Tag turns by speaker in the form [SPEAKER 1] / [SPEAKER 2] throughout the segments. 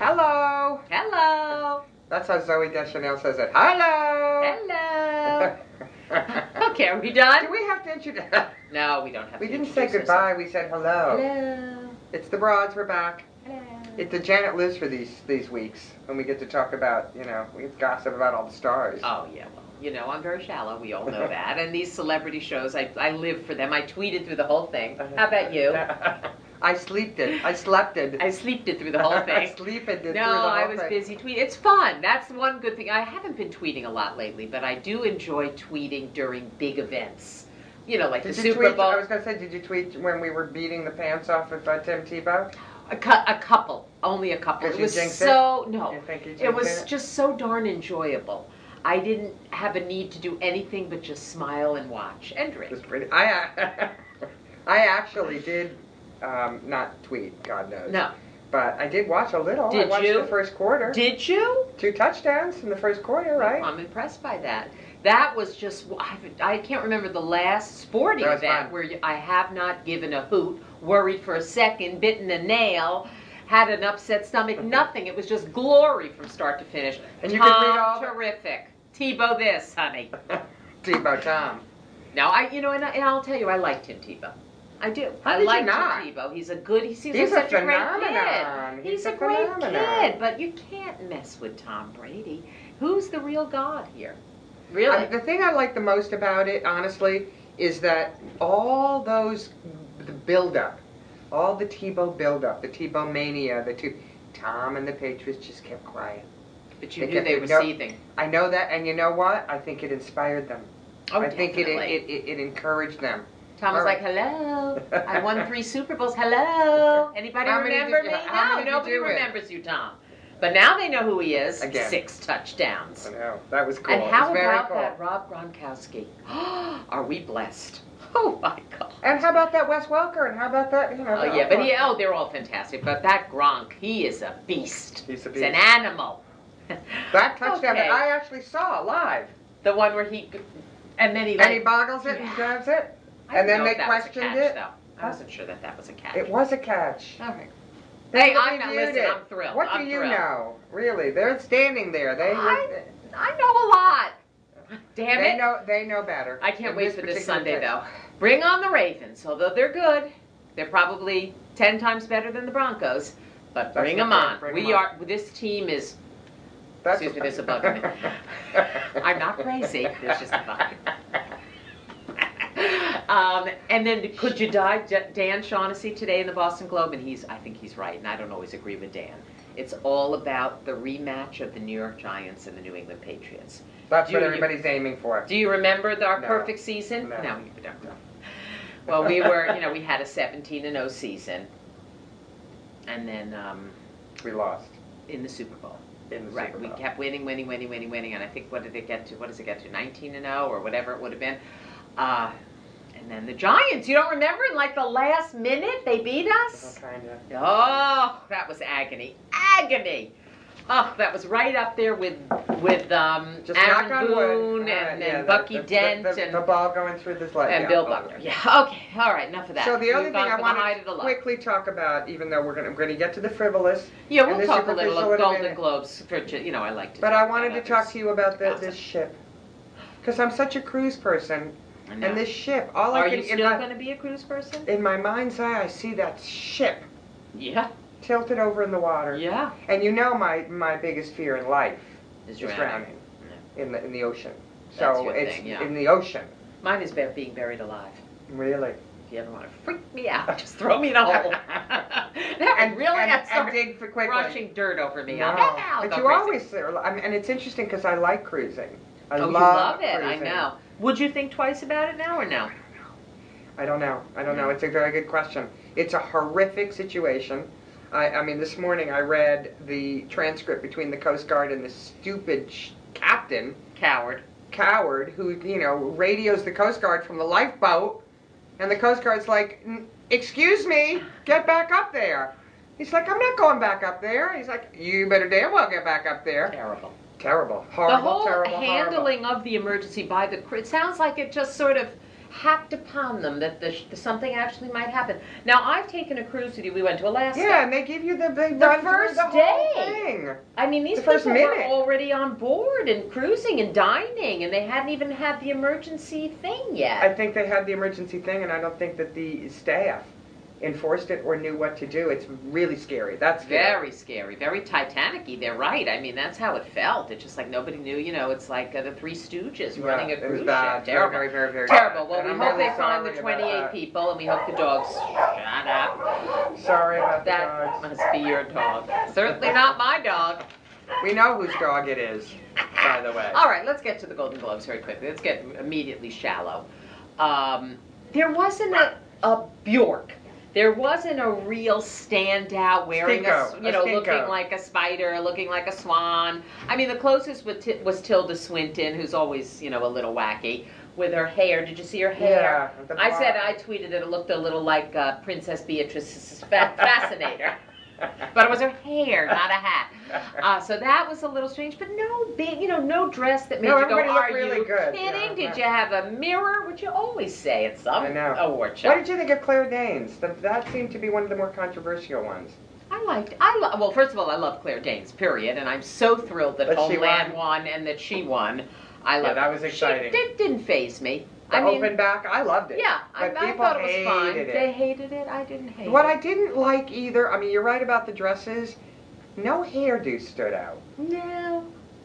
[SPEAKER 1] Hello.
[SPEAKER 2] Hello.
[SPEAKER 1] That's how Zoe Deschanel says it. Hello.
[SPEAKER 2] Hello. okay, are we done?
[SPEAKER 1] Do we have to introduce?
[SPEAKER 2] No, we don't have
[SPEAKER 1] we
[SPEAKER 2] to
[SPEAKER 1] didn't say
[SPEAKER 2] introduce
[SPEAKER 1] goodbye. We said hello.
[SPEAKER 2] ourselves.
[SPEAKER 1] It's the broads. We're back.
[SPEAKER 2] Hello. Hello.
[SPEAKER 1] It's the Janet Liz for these these weeks, and we get to talk about you know we get to gossip about all the stars.
[SPEAKER 2] Oh, yeah, well, you know, I'm very shallow. We all know that. And these celebrity shows, I, I live for them. I tweeted through the whole thing.
[SPEAKER 1] Uh-huh.
[SPEAKER 2] How about you?
[SPEAKER 1] I sleeped it. I slept it.
[SPEAKER 2] I sleeped it through the whole
[SPEAKER 1] I
[SPEAKER 2] thing.
[SPEAKER 1] sleep it. through
[SPEAKER 2] No,
[SPEAKER 1] the whole
[SPEAKER 2] I was
[SPEAKER 1] thing.
[SPEAKER 2] busy tweeting. It's fun. That's the one good thing. I haven't been tweeting a lot lately, but I do enjoy tweeting during big events. You know, like
[SPEAKER 1] Did
[SPEAKER 2] the
[SPEAKER 1] you
[SPEAKER 2] Super
[SPEAKER 1] tweet?
[SPEAKER 2] Bowl.
[SPEAKER 1] I was gonna say, did you tweet when we were beating the pants off of uh, Tim Tebow?
[SPEAKER 2] a, cou- a couple, only a couple.
[SPEAKER 1] Did
[SPEAKER 2] It
[SPEAKER 1] you
[SPEAKER 2] was
[SPEAKER 1] jinx
[SPEAKER 2] so no.
[SPEAKER 1] You think you
[SPEAKER 2] Oh. It
[SPEAKER 1] jinxed
[SPEAKER 2] was just so darn enjoyable. I didn't have a need to do anything but just smile and watch and
[SPEAKER 1] It was
[SPEAKER 2] drink.
[SPEAKER 1] pretty. I a- I actually did um, not tweet. God knows.
[SPEAKER 2] No,
[SPEAKER 1] But I did watch a little. I
[SPEAKER 2] Did
[SPEAKER 1] watched
[SPEAKER 2] you?
[SPEAKER 1] the first quarter.
[SPEAKER 2] did you?
[SPEAKER 1] Two touchdowns in the first quarter, right?
[SPEAKER 2] I'm impressed by that. That was just I, I can't remember the last sporting
[SPEAKER 1] That was
[SPEAKER 2] event
[SPEAKER 1] fun.
[SPEAKER 2] where you- I have not given a hoot, worried for a second, bitten a nail, had an upset stomach, nothing. It was just glory from start to finish.
[SPEAKER 1] And you could
[SPEAKER 2] Tom,
[SPEAKER 1] read all the-
[SPEAKER 2] terrific. Tebow, this honey.
[SPEAKER 1] Tebow Tom.
[SPEAKER 2] No, I you know, and, I, and I'll tell you, I like Tim Tebow. I do. I
[SPEAKER 1] did you
[SPEAKER 2] like Tim
[SPEAKER 1] not?
[SPEAKER 2] Tebow. He's a good. He seems
[SPEAKER 1] He's
[SPEAKER 2] like
[SPEAKER 1] a
[SPEAKER 2] such a
[SPEAKER 1] phenomenon.
[SPEAKER 2] great kid.
[SPEAKER 1] He's
[SPEAKER 2] He's,
[SPEAKER 1] a
[SPEAKER 2] a, great
[SPEAKER 1] phenomenon.
[SPEAKER 2] kid, but you can't mess with Tom Brady. Who's the real god here? Really?
[SPEAKER 1] I, the thing I like the most about it, honestly, is that all those the buildup, all the Tebow buildup, the Tebow mania, the two Tom and the Patriots just kept quiet.
[SPEAKER 2] but
[SPEAKER 1] they
[SPEAKER 2] you knew
[SPEAKER 1] get-
[SPEAKER 2] they
[SPEAKER 1] they
[SPEAKER 2] were
[SPEAKER 1] know-
[SPEAKER 2] seething.
[SPEAKER 1] I know that, and you know what? I think it inspired them.
[SPEAKER 2] Oh,
[SPEAKER 1] I think it,
[SPEAKER 2] definitely.
[SPEAKER 1] it, it it encouraged them.
[SPEAKER 2] Tom was
[SPEAKER 1] all right.
[SPEAKER 2] like, "Hello, I won three Super Bowls. Hello, anybody
[SPEAKER 1] How many
[SPEAKER 2] remember
[SPEAKER 1] did
[SPEAKER 2] me?
[SPEAKER 1] you- how
[SPEAKER 2] no,
[SPEAKER 1] many did
[SPEAKER 2] nobody
[SPEAKER 1] you win?"
[SPEAKER 2] remembers you, Tom. But now they know who he is.
[SPEAKER 1] Again.
[SPEAKER 2] Six touchdowns.
[SPEAKER 1] I know that was cool.
[SPEAKER 2] And how
[SPEAKER 1] it was very
[SPEAKER 2] about
[SPEAKER 1] cool.
[SPEAKER 2] that Rob Gronkowski? Are we blessed? Oh my God.
[SPEAKER 1] And how about that Wes Welker? And how about that? You know,
[SPEAKER 2] Oh yeah, but he oh they're all fantastic. But that Gronk, he is a beast.
[SPEAKER 1] He's a
[SPEAKER 2] He's an
[SPEAKER 1] beast.
[SPEAKER 2] animal.
[SPEAKER 1] That touchdown
[SPEAKER 2] Okay.
[SPEAKER 1] that I actually saw live.
[SPEAKER 2] the one where he and then he like
[SPEAKER 1] And he boggles it and
[SPEAKER 2] Yeah.
[SPEAKER 1] grabs it.
[SPEAKER 2] I
[SPEAKER 1] and then
[SPEAKER 2] didn't know
[SPEAKER 1] they
[SPEAKER 2] if that was a
[SPEAKER 1] questioned
[SPEAKER 2] catch,
[SPEAKER 1] it.
[SPEAKER 2] Though. I wasn't sure that that was a catch.
[SPEAKER 1] It was a catch.
[SPEAKER 2] All right.
[SPEAKER 1] They
[SPEAKER 2] Hey, I'm not
[SPEAKER 1] reviewed
[SPEAKER 2] listening.
[SPEAKER 1] it.
[SPEAKER 2] I'm thrilled.
[SPEAKER 1] What
[SPEAKER 2] I'm
[SPEAKER 1] do you
[SPEAKER 2] thrilled.
[SPEAKER 1] know? Really, they're standing there. They
[SPEAKER 2] I, I know a lot. Damn
[SPEAKER 1] they
[SPEAKER 2] it!
[SPEAKER 1] know they know better.
[SPEAKER 2] I can't
[SPEAKER 1] In
[SPEAKER 2] wait for this
[SPEAKER 1] particular
[SPEAKER 2] Sunday
[SPEAKER 1] case.
[SPEAKER 2] though. Bring on the Ravens. Although they're good, they're probably ten times better than the Broncos.
[SPEAKER 1] That's
[SPEAKER 2] But bring
[SPEAKER 1] what
[SPEAKER 2] them
[SPEAKER 1] they're-
[SPEAKER 2] on.
[SPEAKER 1] bring 'em
[SPEAKER 2] we
[SPEAKER 1] on.
[SPEAKER 2] are. This team is
[SPEAKER 1] That's
[SPEAKER 2] Excuse me, there's a bug in it. I'm not crazy. There's just a um, and then could you die, J- Dan Shaughnessy today in the Boston Globe, and he's I think he's right, and I don't always agree with Dan. It's all about the rematch of the New York Giants and the New England Patriots.
[SPEAKER 1] That's
[SPEAKER 2] Do
[SPEAKER 1] what
[SPEAKER 2] you-
[SPEAKER 1] everybody's aiming for.
[SPEAKER 2] Do you remember the, our
[SPEAKER 1] No.
[SPEAKER 2] perfect season?
[SPEAKER 1] No.
[SPEAKER 2] you don't. Well, we were, you know, we had a 17 and 0 season, and then um,
[SPEAKER 1] We lost
[SPEAKER 2] in the Super Bowl.
[SPEAKER 1] in the
[SPEAKER 2] Right,
[SPEAKER 1] Super
[SPEAKER 2] we
[SPEAKER 1] Bowl.
[SPEAKER 2] kept winning, winning, winning, winning, winning, and I think what did it get to? What does it get to? 19 and 0 or whatever it would have been. Uh, and then the Giants. You don't remember? In like the last minute, they beat us.
[SPEAKER 1] Kind of.
[SPEAKER 2] Oh, that was agony, agony. Oh, that was right up there with with um,
[SPEAKER 1] Just
[SPEAKER 2] Aaron
[SPEAKER 1] knock on wood.
[SPEAKER 2] Boone
[SPEAKER 1] All
[SPEAKER 2] and,
[SPEAKER 1] right,
[SPEAKER 2] and
[SPEAKER 1] yeah, the-
[SPEAKER 2] Bucky
[SPEAKER 1] the- the-
[SPEAKER 2] Dent
[SPEAKER 1] the,
[SPEAKER 2] and,
[SPEAKER 1] the ball going through this leg.
[SPEAKER 2] and
[SPEAKER 1] yeah,
[SPEAKER 2] Bill
[SPEAKER 1] all
[SPEAKER 2] Buckner.
[SPEAKER 1] over.
[SPEAKER 2] Yeah. Okay. All right. Enough of that.
[SPEAKER 1] So the
[SPEAKER 2] We've
[SPEAKER 1] other thing
[SPEAKER 2] gone
[SPEAKER 1] I
[SPEAKER 2] from the high
[SPEAKER 1] want
[SPEAKER 2] to the
[SPEAKER 1] to
[SPEAKER 2] low.
[SPEAKER 1] quickly talk about, even though we're going to, I'm going to get to the frivolous,
[SPEAKER 2] Yeah,
[SPEAKER 1] and
[SPEAKER 2] we'll
[SPEAKER 1] the
[SPEAKER 2] talk a little
[SPEAKER 1] superficial in
[SPEAKER 2] of
[SPEAKER 1] a
[SPEAKER 2] Golden
[SPEAKER 1] minute.
[SPEAKER 2] Globes for ju- you know I like to.
[SPEAKER 1] but
[SPEAKER 2] talk
[SPEAKER 1] I wanted to
[SPEAKER 2] about
[SPEAKER 1] talk
[SPEAKER 2] others.
[SPEAKER 1] to you about the,
[SPEAKER 2] Awesome.
[SPEAKER 1] this ship. Because I'm such a cruise person,
[SPEAKER 2] I know.
[SPEAKER 1] and this ship, all
[SPEAKER 2] Are
[SPEAKER 1] I can,
[SPEAKER 2] you
[SPEAKER 1] in,
[SPEAKER 2] still
[SPEAKER 1] my,
[SPEAKER 2] going to be a cruise person?
[SPEAKER 1] in my mind's eye, I see that ship
[SPEAKER 2] Yeah,
[SPEAKER 1] tilted over in the water.
[SPEAKER 2] yeah.
[SPEAKER 1] And you know my, my biggest fear in life
[SPEAKER 2] Is
[SPEAKER 1] is
[SPEAKER 2] drowning.
[SPEAKER 1] drowning in the, in the ocean.
[SPEAKER 2] That's
[SPEAKER 1] So
[SPEAKER 2] your
[SPEAKER 1] it's
[SPEAKER 2] thing, yeah.
[SPEAKER 1] in the ocean,
[SPEAKER 2] Mine is about being buried alive.
[SPEAKER 1] really.
[SPEAKER 2] If you ever want to freak me out, just throw me in a hole. that
[SPEAKER 1] And
[SPEAKER 2] would really
[SPEAKER 1] and,
[SPEAKER 2] have
[SPEAKER 1] and
[SPEAKER 2] start
[SPEAKER 1] dig for quickly.
[SPEAKER 2] rushing dirt over me.
[SPEAKER 1] No.
[SPEAKER 2] I'll, I'll
[SPEAKER 1] but
[SPEAKER 2] go
[SPEAKER 1] you
[SPEAKER 2] crazy.
[SPEAKER 1] always, I mean, and it's interesting because I like cruising. I
[SPEAKER 2] oh,
[SPEAKER 1] love
[SPEAKER 2] you love it. I
[SPEAKER 1] cruising.
[SPEAKER 2] know. Would you think twice about it now or no?
[SPEAKER 1] I don't know. I don't know. It's a very good question. It's a horrific situation. I, I mean, this morning I read the transcript between the Coast Guard and the stupid sh- captain,
[SPEAKER 2] Coward.
[SPEAKER 1] coward, who, you know, radios the Coast Guard from the lifeboat, and the Coast Guard's like, "N- Excuse me, get back up there. He's like, I'm not going back up there. He's like, You better damn well get back up there.
[SPEAKER 2] Terrible.
[SPEAKER 1] Terrible.
[SPEAKER 2] The
[SPEAKER 1] Horrible,
[SPEAKER 2] whole
[SPEAKER 1] terrible, horrible.
[SPEAKER 2] handling of the emergency by the cr- it sounds like it just sort of hacked upon them that the, something actually might happen. Now, I've taken a cruise with you. We went to Alaska.
[SPEAKER 1] Yeah, and they give you the they run through
[SPEAKER 2] first
[SPEAKER 1] the whole
[SPEAKER 2] day.
[SPEAKER 1] thing.
[SPEAKER 2] I mean, these
[SPEAKER 1] The first
[SPEAKER 2] people were
[SPEAKER 1] minute.
[SPEAKER 2] already on board and cruising and dining, and they hadn't even had the emergency thing
[SPEAKER 1] I
[SPEAKER 2] yet.
[SPEAKER 1] think they had the emergency thing, and I don't think that the staff enforced it or knew what to do. It's really scary. That's scary.
[SPEAKER 2] Very scary, very Titanic-y. They're right. I mean, that's how it felt. It's just like nobody knew. You know, it's like uh, the Three Stooges
[SPEAKER 1] Yeah,
[SPEAKER 2] running a
[SPEAKER 1] it was
[SPEAKER 2] cruise ship.
[SPEAKER 1] bad. Very,
[SPEAKER 2] Terrible.
[SPEAKER 1] very, very, very
[SPEAKER 2] Terrible.
[SPEAKER 1] bad.
[SPEAKER 2] Well,
[SPEAKER 1] And
[SPEAKER 2] we
[SPEAKER 1] I'm
[SPEAKER 2] hope
[SPEAKER 1] really
[SPEAKER 2] they find the
[SPEAKER 1] sorry about
[SPEAKER 2] 28 people, and we hope the dogs shut up.
[SPEAKER 1] that. Sorry about
[SPEAKER 2] That
[SPEAKER 1] the dogs.
[SPEAKER 2] must be your dog. Certainly not my dog.
[SPEAKER 1] We know whose dog it is, by the way.
[SPEAKER 2] All right, let's get to the Golden Globes very quickly. Let's get immediately shallow. Um, there wasn't a, a Bjork. There wasn't a real standout wearing a, s-
[SPEAKER 1] Stinko,
[SPEAKER 2] you
[SPEAKER 1] a
[SPEAKER 2] know,
[SPEAKER 1] stinko.
[SPEAKER 2] looking like a spider, looking like a swan. I mean, the closest was, t- was Tilda Swinton, who's always, you know, a little wacky, with her hair. Did you see her hair?
[SPEAKER 1] Yeah, the
[SPEAKER 2] I said,
[SPEAKER 1] blonde.
[SPEAKER 2] I tweeted that it looked a little like uh, Princess Beatrice's fa- fascinator. But it was her hair, not a hat. Uh, so that was a little strange, but no big, you know, no dress that made
[SPEAKER 1] No,
[SPEAKER 2] you go,
[SPEAKER 1] everybody
[SPEAKER 2] are
[SPEAKER 1] looked really
[SPEAKER 2] you
[SPEAKER 1] good."
[SPEAKER 2] kidding?
[SPEAKER 1] Yeah.
[SPEAKER 2] Did you have a mirror? Which you always say at some
[SPEAKER 1] I know.
[SPEAKER 2] award
[SPEAKER 1] What
[SPEAKER 2] show.
[SPEAKER 1] did you think of Claire Danes? That, that seemed to be one of the more controversial ones.
[SPEAKER 2] I liked, I lo- well, first of all, I love Claire Danes, period, and I'm so thrilled that,
[SPEAKER 1] That she
[SPEAKER 2] Homeland won. and that she won. I
[SPEAKER 1] Yeah,
[SPEAKER 2] love
[SPEAKER 1] that was
[SPEAKER 2] She
[SPEAKER 1] exciting.
[SPEAKER 2] did, didn't phase me.
[SPEAKER 1] The
[SPEAKER 2] I mean,
[SPEAKER 1] open back, I loved it.
[SPEAKER 2] yeah, I,
[SPEAKER 1] but
[SPEAKER 2] I
[SPEAKER 1] people
[SPEAKER 2] thought it was fine.
[SPEAKER 1] hated it.
[SPEAKER 2] They hated it. I didn't hate
[SPEAKER 1] What I
[SPEAKER 2] it.
[SPEAKER 1] didn't like either, I mean, you're right about the dresses. No hairdo stood out.
[SPEAKER 2] no,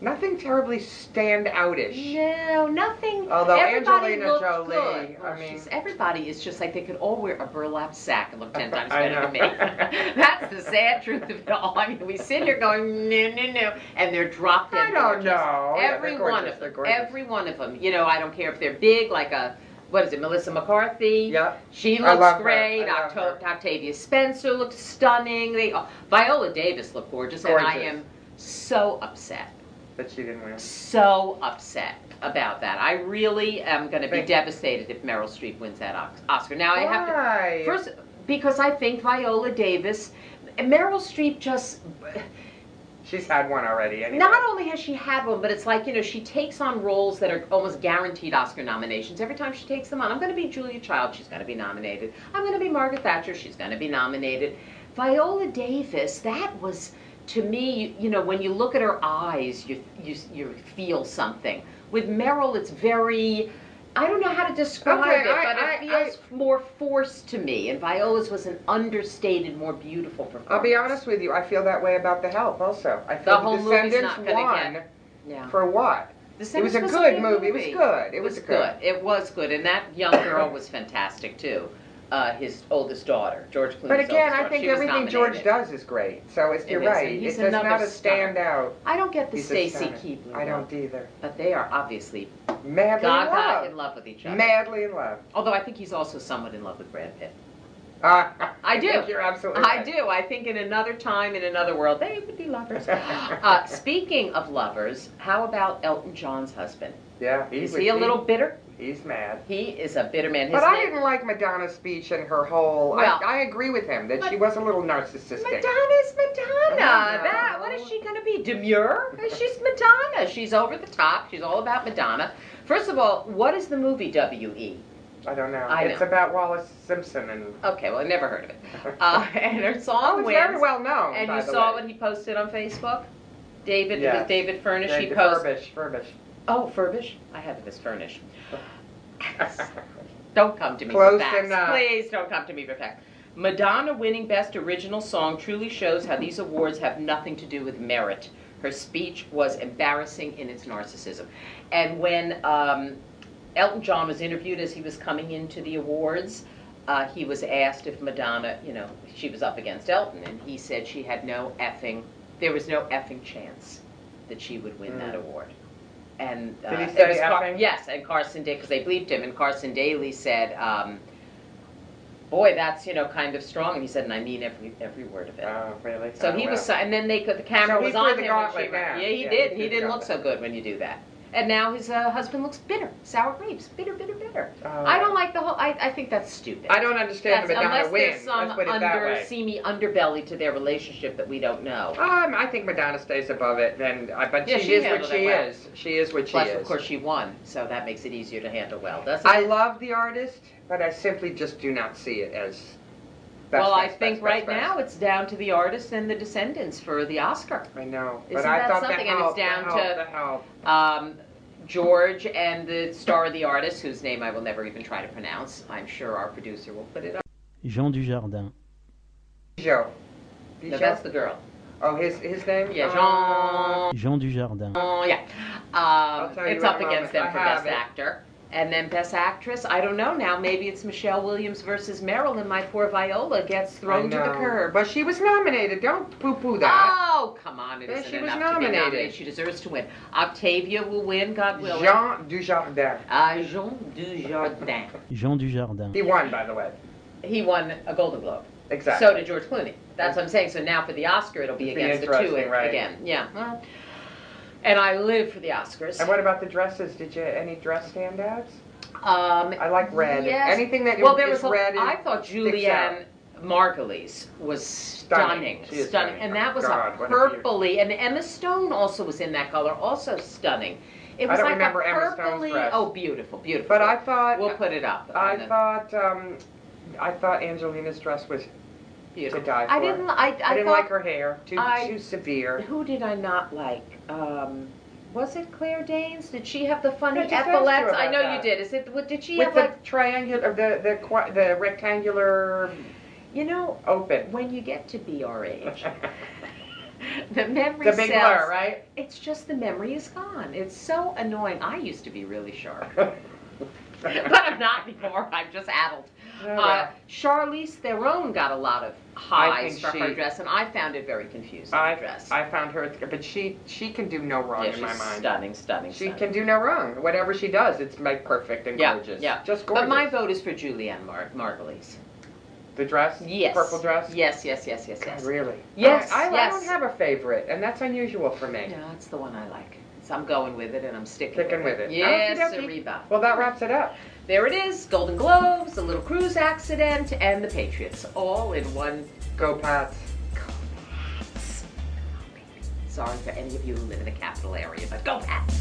[SPEAKER 1] Nothing terribly stand outish.
[SPEAKER 2] No, nothing.
[SPEAKER 1] Although
[SPEAKER 2] everybody
[SPEAKER 1] Angelina
[SPEAKER 2] looked
[SPEAKER 1] Jolie,
[SPEAKER 2] good.
[SPEAKER 1] I
[SPEAKER 2] Oh,
[SPEAKER 1] mean-
[SPEAKER 2] she's- everybody is just like they could all wear a burlap sack and look ten times
[SPEAKER 1] I
[SPEAKER 2] better than me.
[SPEAKER 1] know.
[SPEAKER 2] That's the sad truth of it all. I mean, we sit here going no, no, no, and they're dropped in.
[SPEAKER 1] I don't
[SPEAKER 2] gorgeous.
[SPEAKER 1] know. Yeah,
[SPEAKER 2] Every
[SPEAKER 1] they're
[SPEAKER 2] one
[SPEAKER 1] gorgeous,
[SPEAKER 2] of
[SPEAKER 1] they're
[SPEAKER 2] them.
[SPEAKER 1] gorgeous.
[SPEAKER 2] Every one of them. You know, I don't care if they're big, like a what is it, Melissa McCarthy?
[SPEAKER 1] Yeah.
[SPEAKER 2] She
[SPEAKER 1] I love
[SPEAKER 2] looks
[SPEAKER 1] her.
[SPEAKER 2] great.
[SPEAKER 1] I love
[SPEAKER 2] Octo- Octavia Spencer looked stunning. They all, Viola Davis looked gorgeous, and I
[SPEAKER 1] Gorgeous.
[SPEAKER 2] am so upset
[SPEAKER 1] That she didn't win.
[SPEAKER 2] so upset about that. I really am going to be
[SPEAKER 1] Thank-
[SPEAKER 2] devastated if Meryl Streep wins that Ox- Oscar. Now I have
[SPEAKER 1] Why?
[SPEAKER 2] to first because I think Viola Davis, Meryl Streep just
[SPEAKER 1] She's had one already. Anyway.
[SPEAKER 2] not only has she had one, but it's like you know she takes on roles that are almost guaranteed Oscar nominations every time she takes them on. I'm going to be Julia Child, she's going to be nominated. I'm going to be Margaret Thatcher, she's going to be nominated. Viola Davis, that was to me, you, you know, when you look at her eyes, you, you you feel something. With Meryl, it's very. I don't know how to describe
[SPEAKER 1] Okay,
[SPEAKER 2] it,
[SPEAKER 1] I-
[SPEAKER 2] but
[SPEAKER 1] I-
[SPEAKER 2] it feels more forced to me. And Viola's was an understated, more beautiful performance.
[SPEAKER 1] I'll be honest with you. I feel that way about the help. Also, I
[SPEAKER 2] The
[SPEAKER 1] feel
[SPEAKER 2] whole movie's
[SPEAKER 1] Descendants
[SPEAKER 2] not going
[SPEAKER 1] won
[SPEAKER 2] to get. Yeah.
[SPEAKER 1] for what?
[SPEAKER 2] The
[SPEAKER 1] It was a
[SPEAKER 2] Sinners
[SPEAKER 1] good
[SPEAKER 2] big
[SPEAKER 1] movie. It was good. It was
[SPEAKER 2] good.
[SPEAKER 1] good.
[SPEAKER 2] It was good, and that young girl was fantastic too. Uh, his oldest daughter, George Clooney's
[SPEAKER 1] But again,
[SPEAKER 2] oldest
[SPEAKER 1] I
[SPEAKER 2] daughter.
[SPEAKER 1] think
[SPEAKER 2] She was
[SPEAKER 1] everything George
[SPEAKER 2] nominated.
[SPEAKER 1] does is great. So it's,
[SPEAKER 2] It
[SPEAKER 1] you're
[SPEAKER 2] is, and
[SPEAKER 1] right.
[SPEAKER 2] he's
[SPEAKER 1] It does
[SPEAKER 2] another
[SPEAKER 1] not a
[SPEAKER 2] stunner.
[SPEAKER 1] stand out.
[SPEAKER 2] I don't get the
[SPEAKER 1] He's a
[SPEAKER 2] Stacy
[SPEAKER 1] stunner.
[SPEAKER 2] Keebler.
[SPEAKER 1] I
[SPEAKER 2] one,
[SPEAKER 1] don't either.
[SPEAKER 2] But they are obviously
[SPEAKER 1] Madly in
[SPEAKER 2] gaga in
[SPEAKER 1] love.
[SPEAKER 2] love with each other.
[SPEAKER 1] Madly in love.
[SPEAKER 2] Although I think he's also somewhat in love with Brad Pitt.
[SPEAKER 1] Ah,
[SPEAKER 2] I do.
[SPEAKER 1] think you're absolutely.
[SPEAKER 2] I
[SPEAKER 1] right.
[SPEAKER 2] do. I think in another time, in another world, they would be lovers. uh, speaking of lovers, how about Elton John's husband?
[SPEAKER 1] Yeah. he
[SPEAKER 2] Is
[SPEAKER 1] was-
[SPEAKER 2] he a little bitter?
[SPEAKER 1] He's mad.
[SPEAKER 2] He is a bitter man. His
[SPEAKER 1] But I
[SPEAKER 2] name-
[SPEAKER 1] didn't like Madonna's speech and her whole.
[SPEAKER 2] Well-
[SPEAKER 1] I, I agree with him that
[SPEAKER 2] But-
[SPEAKER 1] she was a little narcissistic.
[SPEAKER 2] Madonna's Madonna.
[SPEAKER 1] Madonna.
[SPEAKER 2] That what is she gonna be? Demure? She's Madonna. She's over the top. She's all about Madonna. First of all, what is the movie E? W.E.?
[SPEAKER 1] I don't know.
[SPEAKER 2] I
[SPEAKER 1] it's
[SPEAKER 2] know.
[SPEAKER 1] about Wallace Simpson and.
[SPEAKER 2] Okay, well I never heard of it. Uh, and her song
[SPEAKER 1] Oh, it's
[SPEAKER 2] wins.
[SPEAKER 1] very well known.
[SPEAKER 2] and
[SPEAKER 1] by
[SPEAKER 2] you
[SPEAKER 1] the
[SPEAKER 2] saw
[SPEAKER 1] way.
[SPEAKER 2] what he posted on Facebook. David it was
[SPEAKER 1] Yes.
[SPEAKER 2] David Furnish.
[SPEAKER 1] Yeah,
[SPEAKER 2] he
[SPEAKER 1] the
[SPEAKER 2] posted.
[SPEAKER 1] Furbish, Furbish.
[SPEAKER 2] Oh, Furbish. I have it as Furnish. Don't come to me for
[SPEAKER 1] Close
[SPEAKER 2] facts.
[SPEAKER 1] enough.
[SPEAKER 2] Please don't come to me for facts. Madonna winning Best Original Song truly shows how these awards have nothing to do with merit. Her speech was embarrassing in its narcissism. And when um, Elton John was interviewed as he was coming into the awards, uh, he was asked if Madonna, you know, she was up against Elton, and he said she had no effing, there was no effing chance that she would win that award. And uh,
[SPEAKER 1] Did he
[SPEAKER 2] it
[SPEAKER 1] say
[SPEAKER 2] was
[SPEAKER 1] effing?
[SPEAKER 2] yes, and Carson did because they bleeped him, and Carson Daly said, um, "Boy, that's you know kind of strong." And he said, "And I mean every every word of it."
[SPEAKER 1] oh, really?
[SPEAKER 2] so
[SPEAKER 1] Oh,
[SPEAKER 2] he
[SPEAKER 1] well.
[SPEAKER 2] was, so- and then they could, the camera
[SPEAKER 1] So he
[SPEAKER 2] was
[SPEAKER 1] threw
[SPEAKER 2] on
[SPEAKER 1] the
[SPEAKER 2] him. and
[SPEAKER 1] gauntlet
[SPEAKER 2] she-
[SPEAKER 1] down.
[SPEAKER 2] Yeah, he
[SPEAKER 1] Yeah,
[SPEAKER 2] did.
[SPEAKER 1] he threw
[SPEAKER 2] He
[SPEAKER 1] the
[SPEAKER 2] didn't look so
[SPEAKER 1] gauntlet.
[SPEAKER 2] good when you do that. And now his uh, husband looks bitter, sour grapes, bitter, bitter, bitter.
[SPEAKER 1] Oh.
[SPEAKER 2] I don't like the whole. I, I think that's stupid.
[SPEAKER 1] I don't understand the
[SPEAKER 2] That's-
[SPEAKER 1] Madonna
[SPEAKER 2] unless
[SPEAKER 1] win.
[SPEAKER 2] there's some
[SPEAKER 1] Let's put it
[SPEAKER 2] under,
[SPEAKER 1] that way.
[SPEAKER 2] seamy underbelly to their relationship that we don't know.
[SPEAKER 1] Um, I think Madonna stays above it. Then, uh, but
[SPEAKER 2] Yeah,
[SPEAKER 1] she,
[SPEAKER 2] she
[SPEAKER 1] is what
[SPEAKER 2] handled it
[SPEAKER 1] she
[SPEAKER 2] well.
[SPEAKER 1] is. She is what she
[SPEAKER 2] Plus,
[SPEAKER 1] is.
[SPEAKER 2] of course, she won, so that makes it easier to handle well, doesn't
[SPEAKER 1] I
[SPEAKER 2] it?
[SPEAKER 1] love the artist, but I simply just do not see it as. best,
[SPEAKER 2] well, I
[SPEAKER 1] best,
[SPEAKER 2] think
[SPEAKER 1] best,
[SPEAKER 2] right
[SPEAKER 1] best,
[SPEAKER 2] now it's down to the artist and the descendants for the Oscar.
[SPEAKER 1] best. I know, but
[SPEAKER 2] Isn't
[SPEAKER 1] I
[SPEAKER 2] that
[SPEAKER 1] thought
[SPEAKER 2] something?
[SPEAKER 1] the
[SPEAKER 2] And it's
[SPEAKER 1] help,
[SPEAKER 2] down
[SPEAKER 1] the help,
[SPEAKER 2] to-
[SPEAKER 1] the help.
[SPEAKER 2] Um, George and the star of the artist, whose name I will never even try to pronounce. I'm sure our producer will put it up.
[SPEAKER 3] Jean Dujardin.
[SPEAKER 1] Bijou.
[SPEAKER 2] No,
[SPEAKER 1] Bijou?
[SPEAKER 2] that's the girl.
[SPEAKER 1] Oh, his his name.
[SPEAKER 2] Yeah,
[SPEAKER 1] Uh,
[SPEAKER 2] Jean.
[SPEAKER 3] Jean Dujardin.
[SPEAKER 2] Oh yeah,
[SPEAKER 1] I'll
[SPEAKER 2] um,
[SPEAKER 1] tell you
[SPEAKER 2] it's
[SPEAKER 1] in a
[SPEAKER 2] up
[SPEAKER 1] moment.
[SPEAKER 2] against them
[SPEAKER 1] I
[SPEAKER 2] for
[SPEAKER 1] have
[SPEAKER 2] best
[SPEAKER 1] it.
[SPEAKER 2] actor, and then best actress. I don't know now. Maybe it's Michelle Williams versus Meryl, and my poor Viola gets
[SPEAKER 1] I
[SPEAKER 2] thrown to the
[SPEAKER 1] know.
[SPEAKER 2] curb.
[SPEAKER 1] But she was nominated. Don't poo poo that.
[SPEAKER 2] Oh come on! It
[SPEAKER 1] Yeah,
[SPEAKER 2] isn't
[SPEAKER 1] she was
[SPEAKER 2] enough to be
[SPEAKER 1] nominated.
[SPEAKER 2] nominated. She deserves to win. Octavia will win. Ah, God willing.
[SPEAKER 1] Jean Dujardin.
[SPEAKER 2] uh, Jean Dujardin.
[SPEAKER 3] Jean Dujardin.
[SPEAKER 1] He won, by the way.
[SPEAKER 2] he won a Golden Globe.
[SPEAKER 1] Exactly.
[SPEAKER 2] So did George Clooney. That's what I'm saying. So now for the Oscar, it'll be
[SPEAKER 1] It'd be
[SPEAKER 2] against the two
[SPEAKER 1] interesting, right.
[SPEAKER 2] again. Yeah. Well, and I live for the Oscars.
[SPEAKER 1] and what about the dresses? Did you any dress standouts?
[SPEAKER 2] Um,
[SPEAKER 1] I like red.
[SPEAKER 2] Yes.
[SPEAKER 1] Anything that
[SPEAKER 2] well, there
[SPEAKER 1] is
[SPEAKER 2] was. A,
[SPEAKER 1] red. is-
[SPEAKER 2] I thought Julianne Margulies was stunning,
[SPEAKER 1] Stunning. She is stunning.
[SPEAKER 2] and that was
[SPEAKER 1] God,
[SPEAKER 2] a
[SPEAKER 1] what a
[SPEAKER 2] purpley. and Emma Stone also was in that color, also stunning. It
[SPEAKER 1] I
[SPEAKER 2] was
[SPEAKER 1] don't
[SPEAKER 2] like
[SPEAKER 1] remember
[SPEAKER 2] a
[SPEAKER 1] Emma Stone's
[SPEAKER 2] purpley-
[SPEAKER 1] dress.
[SPEAKER 2] Oh, beautiful, beautiful.
[SPEAKER 1] but I thought
[SPEAKER 2] we'll put it up.
[SPEAKER 1] I
[SPEAKER 2] on the-
[SPEAKER 1] thought um, I thought Angelina's dress was
[SPEAKER 2] beautiful.
[SPEAKER 1] to die
[SPEAKER 2] I
[SPEAKER 1] for.
[SPEAKER 2] didn't. I, I,
[SPEAKER 1] I, didn't
[SPEAKER 2] thought
[SPEAKER 1] like her hair too
[SPEAKER 2] I-
[SPEAKER 1] too severe.
[SPEAKER 2] Who did I not like? Um, was it Claire Danes? Did she have the funny
[SPEAKER 1] I just asked you
[SPEAKER 2] epaulets? I
[SPEAKER 1] about
[SPEAKER 2] know
[SPEAKER 1] that.
[SPEAKER 2] you did. Is it? what- Did she
[SPEAKER 1] With
[SPEAKER 2] have
[SPEAKER 1] the
[SPEAKER 2] like?
[SPEAKER 1] triangular, the the qua- the rectangular
[SPEAKER 2] You know,
[SPEAKER 1] open,
[SPEAKER 2] when you get to be our age,
[SPEAKER 1] the
[SPEAKER 2] the memory
[SPEAKER 1] big
[SPEAKER 2] cells.
[SPEAKER 1] blur, right?
[SPEAKER 2] It's just the memory is gone. It's so annoying. I used to be really sharp, but I'm not anymore. I'm just addled.
[SPEAKER 1] Oh,
[SPEAKER 2] Uh,
[SPEAKER 1] well.
[SPEAKER 2] Charlize Theron got a lot of highs
[SPEAKER 1] think
[SPEAKER 2] for her
[SPEAKER 1] she-
[SPEAKER 2] dress, and I found it very confusing.
[SPEAKER 1] I
[SPEAKER 2] dress.
[SPEAKER 1] I found her, but she she can do no wrong
[SPEAKER 2] yeah,
[SPEAKER 1] in
[SPEAKER 2] she's
[SPEAKER 1] my mind.
[SPEAKER 2] stunning, stunning.
[SPEAKER 1] She
[SPEAKER 2] stunning.
[SPEAKER 1] can do no wrong. Whatever she does, it's like perfect and
[SPEAKER 2] Yeah,
[SPEAKER 1] gorgeous.
[SPEAKER 2] yeah.
[SPEAKER 1] just gorgeous.
[SPEAKER 2] But my vote is for Julianne Mar- Margulies.
[SPEAKER 1] the dress,
[SPEAKER 2] Yes.
[SPEAKER 1] purple dress.
[SPEAKER 2] Yes, yes, yes, yes,
[SPEAKER 1] God,
[SPEAKER 2] yes.
[SPEAKER 1] really.
[SPEAKER 2] Yes,
[SPEAKER 1] I, I,
[SPEAKER 2] yes.
[SPEAKER 1] I don't have a favorite, and that's unusual for me.
[SPEAKER 2] No, it's the one I like. So I'm going with it and I'm sticking,
[SPEAKER 1] Sticking with it.
[SPEAKER 2] Yes,
[SPEAKER 1] Okey-dokey.
[SPEAKER 2] Ariba.
[SPEAKER 1] Well, that wraps it up.
[SPEAKER 2] There it is. Golden Globes, the little cruise accident, and the Patriots. All in one.
[SPEAKER 1] Go Pats.
[SPEAKER 2] Go Pats. Come on, baby. Sorry for any of you who live in a capital area, but go Pats.